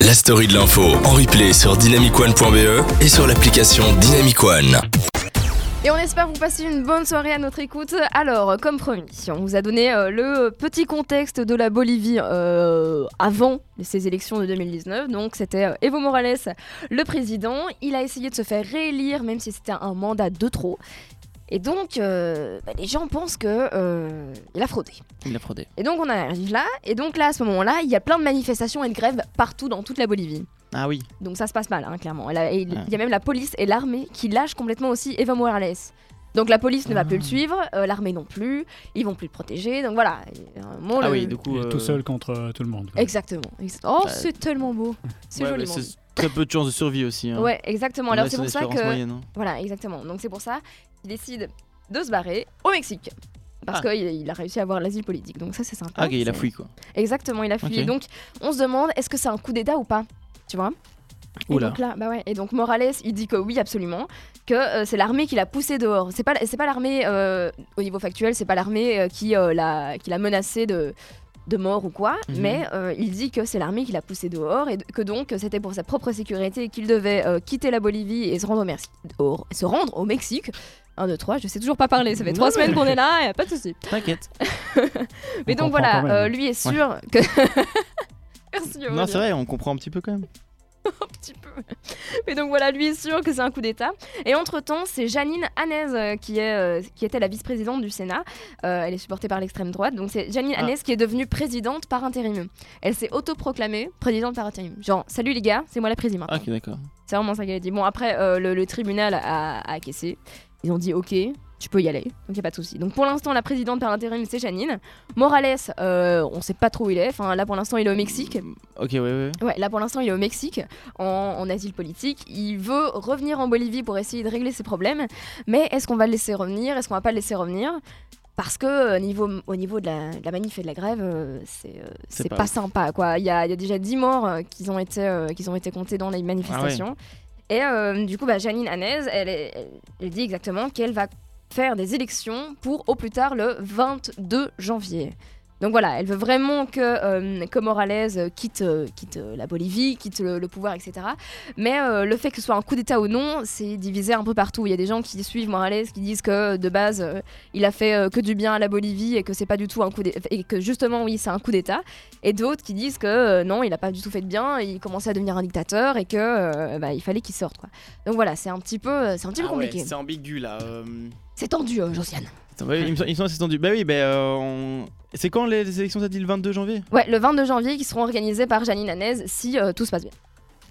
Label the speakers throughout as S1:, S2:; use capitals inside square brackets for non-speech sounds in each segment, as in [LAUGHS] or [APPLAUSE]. S1: la story de l'info en replay sur dynamicone.be E et sur l'application Dynamic One.
S2: Et on espère vous passer une bonne soirée à notre écoute. Alors, comme promis, on vous a donné euh, le petit contexte de la Bolivie euh, avant ces élections de 2019. Donc, c'était euh, Evo Morales, le président. Il a essayé de se faire réélire, même si c'était un mandat de trop. Et donc, euh, bah, les gens pensent que euh, il a fraudé.
S3: Il a fraudé.
S2: Et donc, on en arrive là. Et donc, là, à ce moment-là, il y a plein de manifestations et de grèves partout dans toute la Bolivie.
S3: Ah oui.
S2: Donc ça se passe mal, hein, clairement. Et la- et Il
S3: Ouais.
S2: y a même la police et l'armée qui lâchent complètement aussi Evo Morales. Donc la police ne va
S3: Ah.
S2: plus le suivre, euh, l'armée non plus, ils vont plus le protéger. Donc voilà. Et, euh, à un moment,
S3: Ah
S2: le-
S3: oui, du coup.
S4: Il est
S3: euh,
S4: tout seul contre euh, tout le monde. quoi.
S2: Exactement. Ex- Oh,
S3: Bah,
S2: c'est tellement beau. C'est
S3: ouais,
S2: joliment
S3: mais c'est très peu de chances de survie aussi.
S2: dit.
S3: hein.
S2: Ouais, exactement.
S3: On
S2: Alors c'est
S3: reste sur
S2: pour ça
S3: l'espérance
S2: que
S3: moyenne, hein.
S2: voilà, exactement. Donc c'est pour ça qu'il décide de se barrer au Mexique. Parce
S3: Ah.
S2: qu'il il a réussi à avoir l'asile politique. Donc ça, c'est sympa.
S3: Ah, ok, il a
S2: C'est-
S3: fui quoi.
S2: Exactement, il a fui.
S3: Ok.
S2: Et donc, on se demande, est-ce que c'est un coup d'État ou pas Tu vois Et
S3: Oula.
S2: donc là, bah ouais. Et donc Morales, il dit que oui, absolument, que euh, c'est l'armée qui l'a poussé dehors. C'est pas, c'est pas l'armée euh, au niveau factuel, c'est pas l'armée euh, qui euh, l'a, qui l'a menacé de de mort ou quoi,
S3: Mhm.
S2: mais euh, il dit que c'est l'armée qui l'a poussé dehors et que donc euh, c'était pour sa propre sécurité et qu'il devait euh, quitter la Bolivie et se rendre au, Merci- au- se rendre au Mexique. 1, 2, 3, je sais toujours pas parler, ça fait
S3: Non,
S2: trois
S3: mais-
S2: semaines qu'on est là, et pas de souci. [LAUGHS]
S3: T'inquiète.
S2: Mais
S4: On
S2: donc
S4: comprend
S2: voilà,
S4: quand même.
S2: euh, lui est sûr que... [LAUGHS] Merci,
S3: Non,
S2: Aurélien.
S3: c'est vrai, on comprend un petit peu quand même.
S2: petit peu. [LAUGHS] Mais donc voilà, lui est sûr que c'est un coup d'État. Et entre-temps, c'est Janine Hanez euh, qui, est, euh, qui était la vice-présidente du Sénat. Euh, elle est supportée par l'extrême droite. Donc c'est Janine
S3: Ah.
S2: Hanez qui est devenue présidente par intérim. Elle s'est autoproclamée présidente par intérim. Genre, salut les gars, c'est moi la présidente.
S3: Ah, ok, d'accord.
S2: C'est vraiment ça qu'elle a dit. Bon, après, euh, le, le tribunal a, a acquiescé. Ils ont dit, ok, tu peux y aller. Donc, il n'y a pas de souci. Donc, pour l'instant, la présidente par intérim, c'est Janine. Morales, euh, on ne sait pas trop où il est. Enfin, là, pour l'instant, il est au Mexique.
S3: Ok, ouais, ouais. ouais.
S2: Ouais, là pour l'instant il est au Mexique, en, en asile politique. Il veut revenir en Bolivie pour essayer de régler ses problèmes. Mais est-ce qu'on va le laisser revenir Est-ce qu'on va pas le laisser revenir Parce que au niveau, au niveau de, la, de la manif et de la grève, euh, c'est euh,
S3: C'est
S2: c'est pas,
S3: pas ouf.
S2: sympa. quoi. Il y a, il y a déjà 10 morts euh, qui ont été, euh, qui ont été comptés dans les manifestations. Et euh, du coup, bah, Janine Hanez, elle, est- elle- elle dit exactement qu'elle va faire des élections pour au plus tard le 22 janvier. Donc voilà, elle veut vraiment que, euh, que Morales euh, quitte, euh, quitte euh, la Bolivie, quitte le, le pouvoir, etc. Mais euh, le fait que ce soit un coup d'État ou non, c'est divisé un peu partout. Il y a des gens qui suivent Morales, qui disent que de base, euh, il a fait euh, que du bien à la Bolivie et que c'est pas du tout un coup d'État. Et que justement, oui, c'est un coup d'État. Et d'autres qui disent que euh, non, il a pas du tout fait de bien, il commençait à devenir un dictateur et que euh, bah, il fallait qu'il sorte. Quoi. Donc voilà, c'est un petit peu, euh, c'est un petit peu compliqué.
S3: Ah c'est ambigu là.
S2: c'est tendu, euh, Josiane.
S3: il me semble il me semble que c'est tendu. Bah oui, bah. euh, on- C'est quand les les élections, ça dit le 22 janvier
S2: Ouais, le 22 janvier, qui seront organisés par Janine Hanez si euh, tout se passe bien.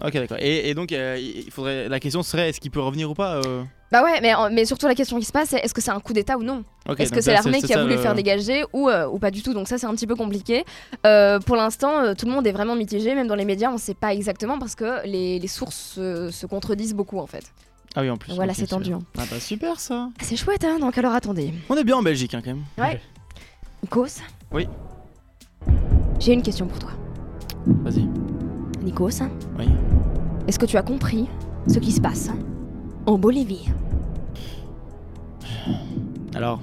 S3: Ok, d'accord. Et, et donc, euh, il faudrait... la question serait est-ce qu'il peut revenir ou pas euh
S2: Bah ouais, mais, mais surtout la question qui se passe, c'est est-ce que c'est un coup d'État ou non
S3: Ok,
S2: Est-ce que
S3: donc
S2: bah, c'est
S3: là,
S2: l'armée qui a
S3: ça,
S2: voulu
S3: le-
S2: le faire dégager ou, euh, ou pas du tout Donc ça c'est un petit peu compliqué. Euh, pour l'instant, euh, tout le monde est vraiment mitigé, même dans les médias, on sait pas exactement parce que les, les sources euh, se contredisent beaucoup en fait.
S3: Ah oui, en plus.
S2: voilà,
S3: ok,
S2: c'est tendu.
S3: super.
S2: hein.
S3: Ah bah super ça
S2: Ah, C'est chouette, hein Donc alors attendez.
S3: On est bien en Belgique hein, quand même.
S2: Nikos
S3: Oui.
S2: J'ai une question pour toi.
S3: Vas-y.
S2: Nikos,
S3: Oui.
S2: est-ce que tu as compris ce qui se passe en Bolivie
S3: Alors,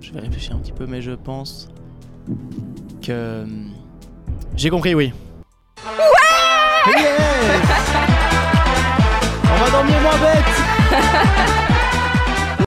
S3: je vais réfléchir un petit peu, mais je pense que. hum, J'ai compris, oui. Ouais On va dormir moins bête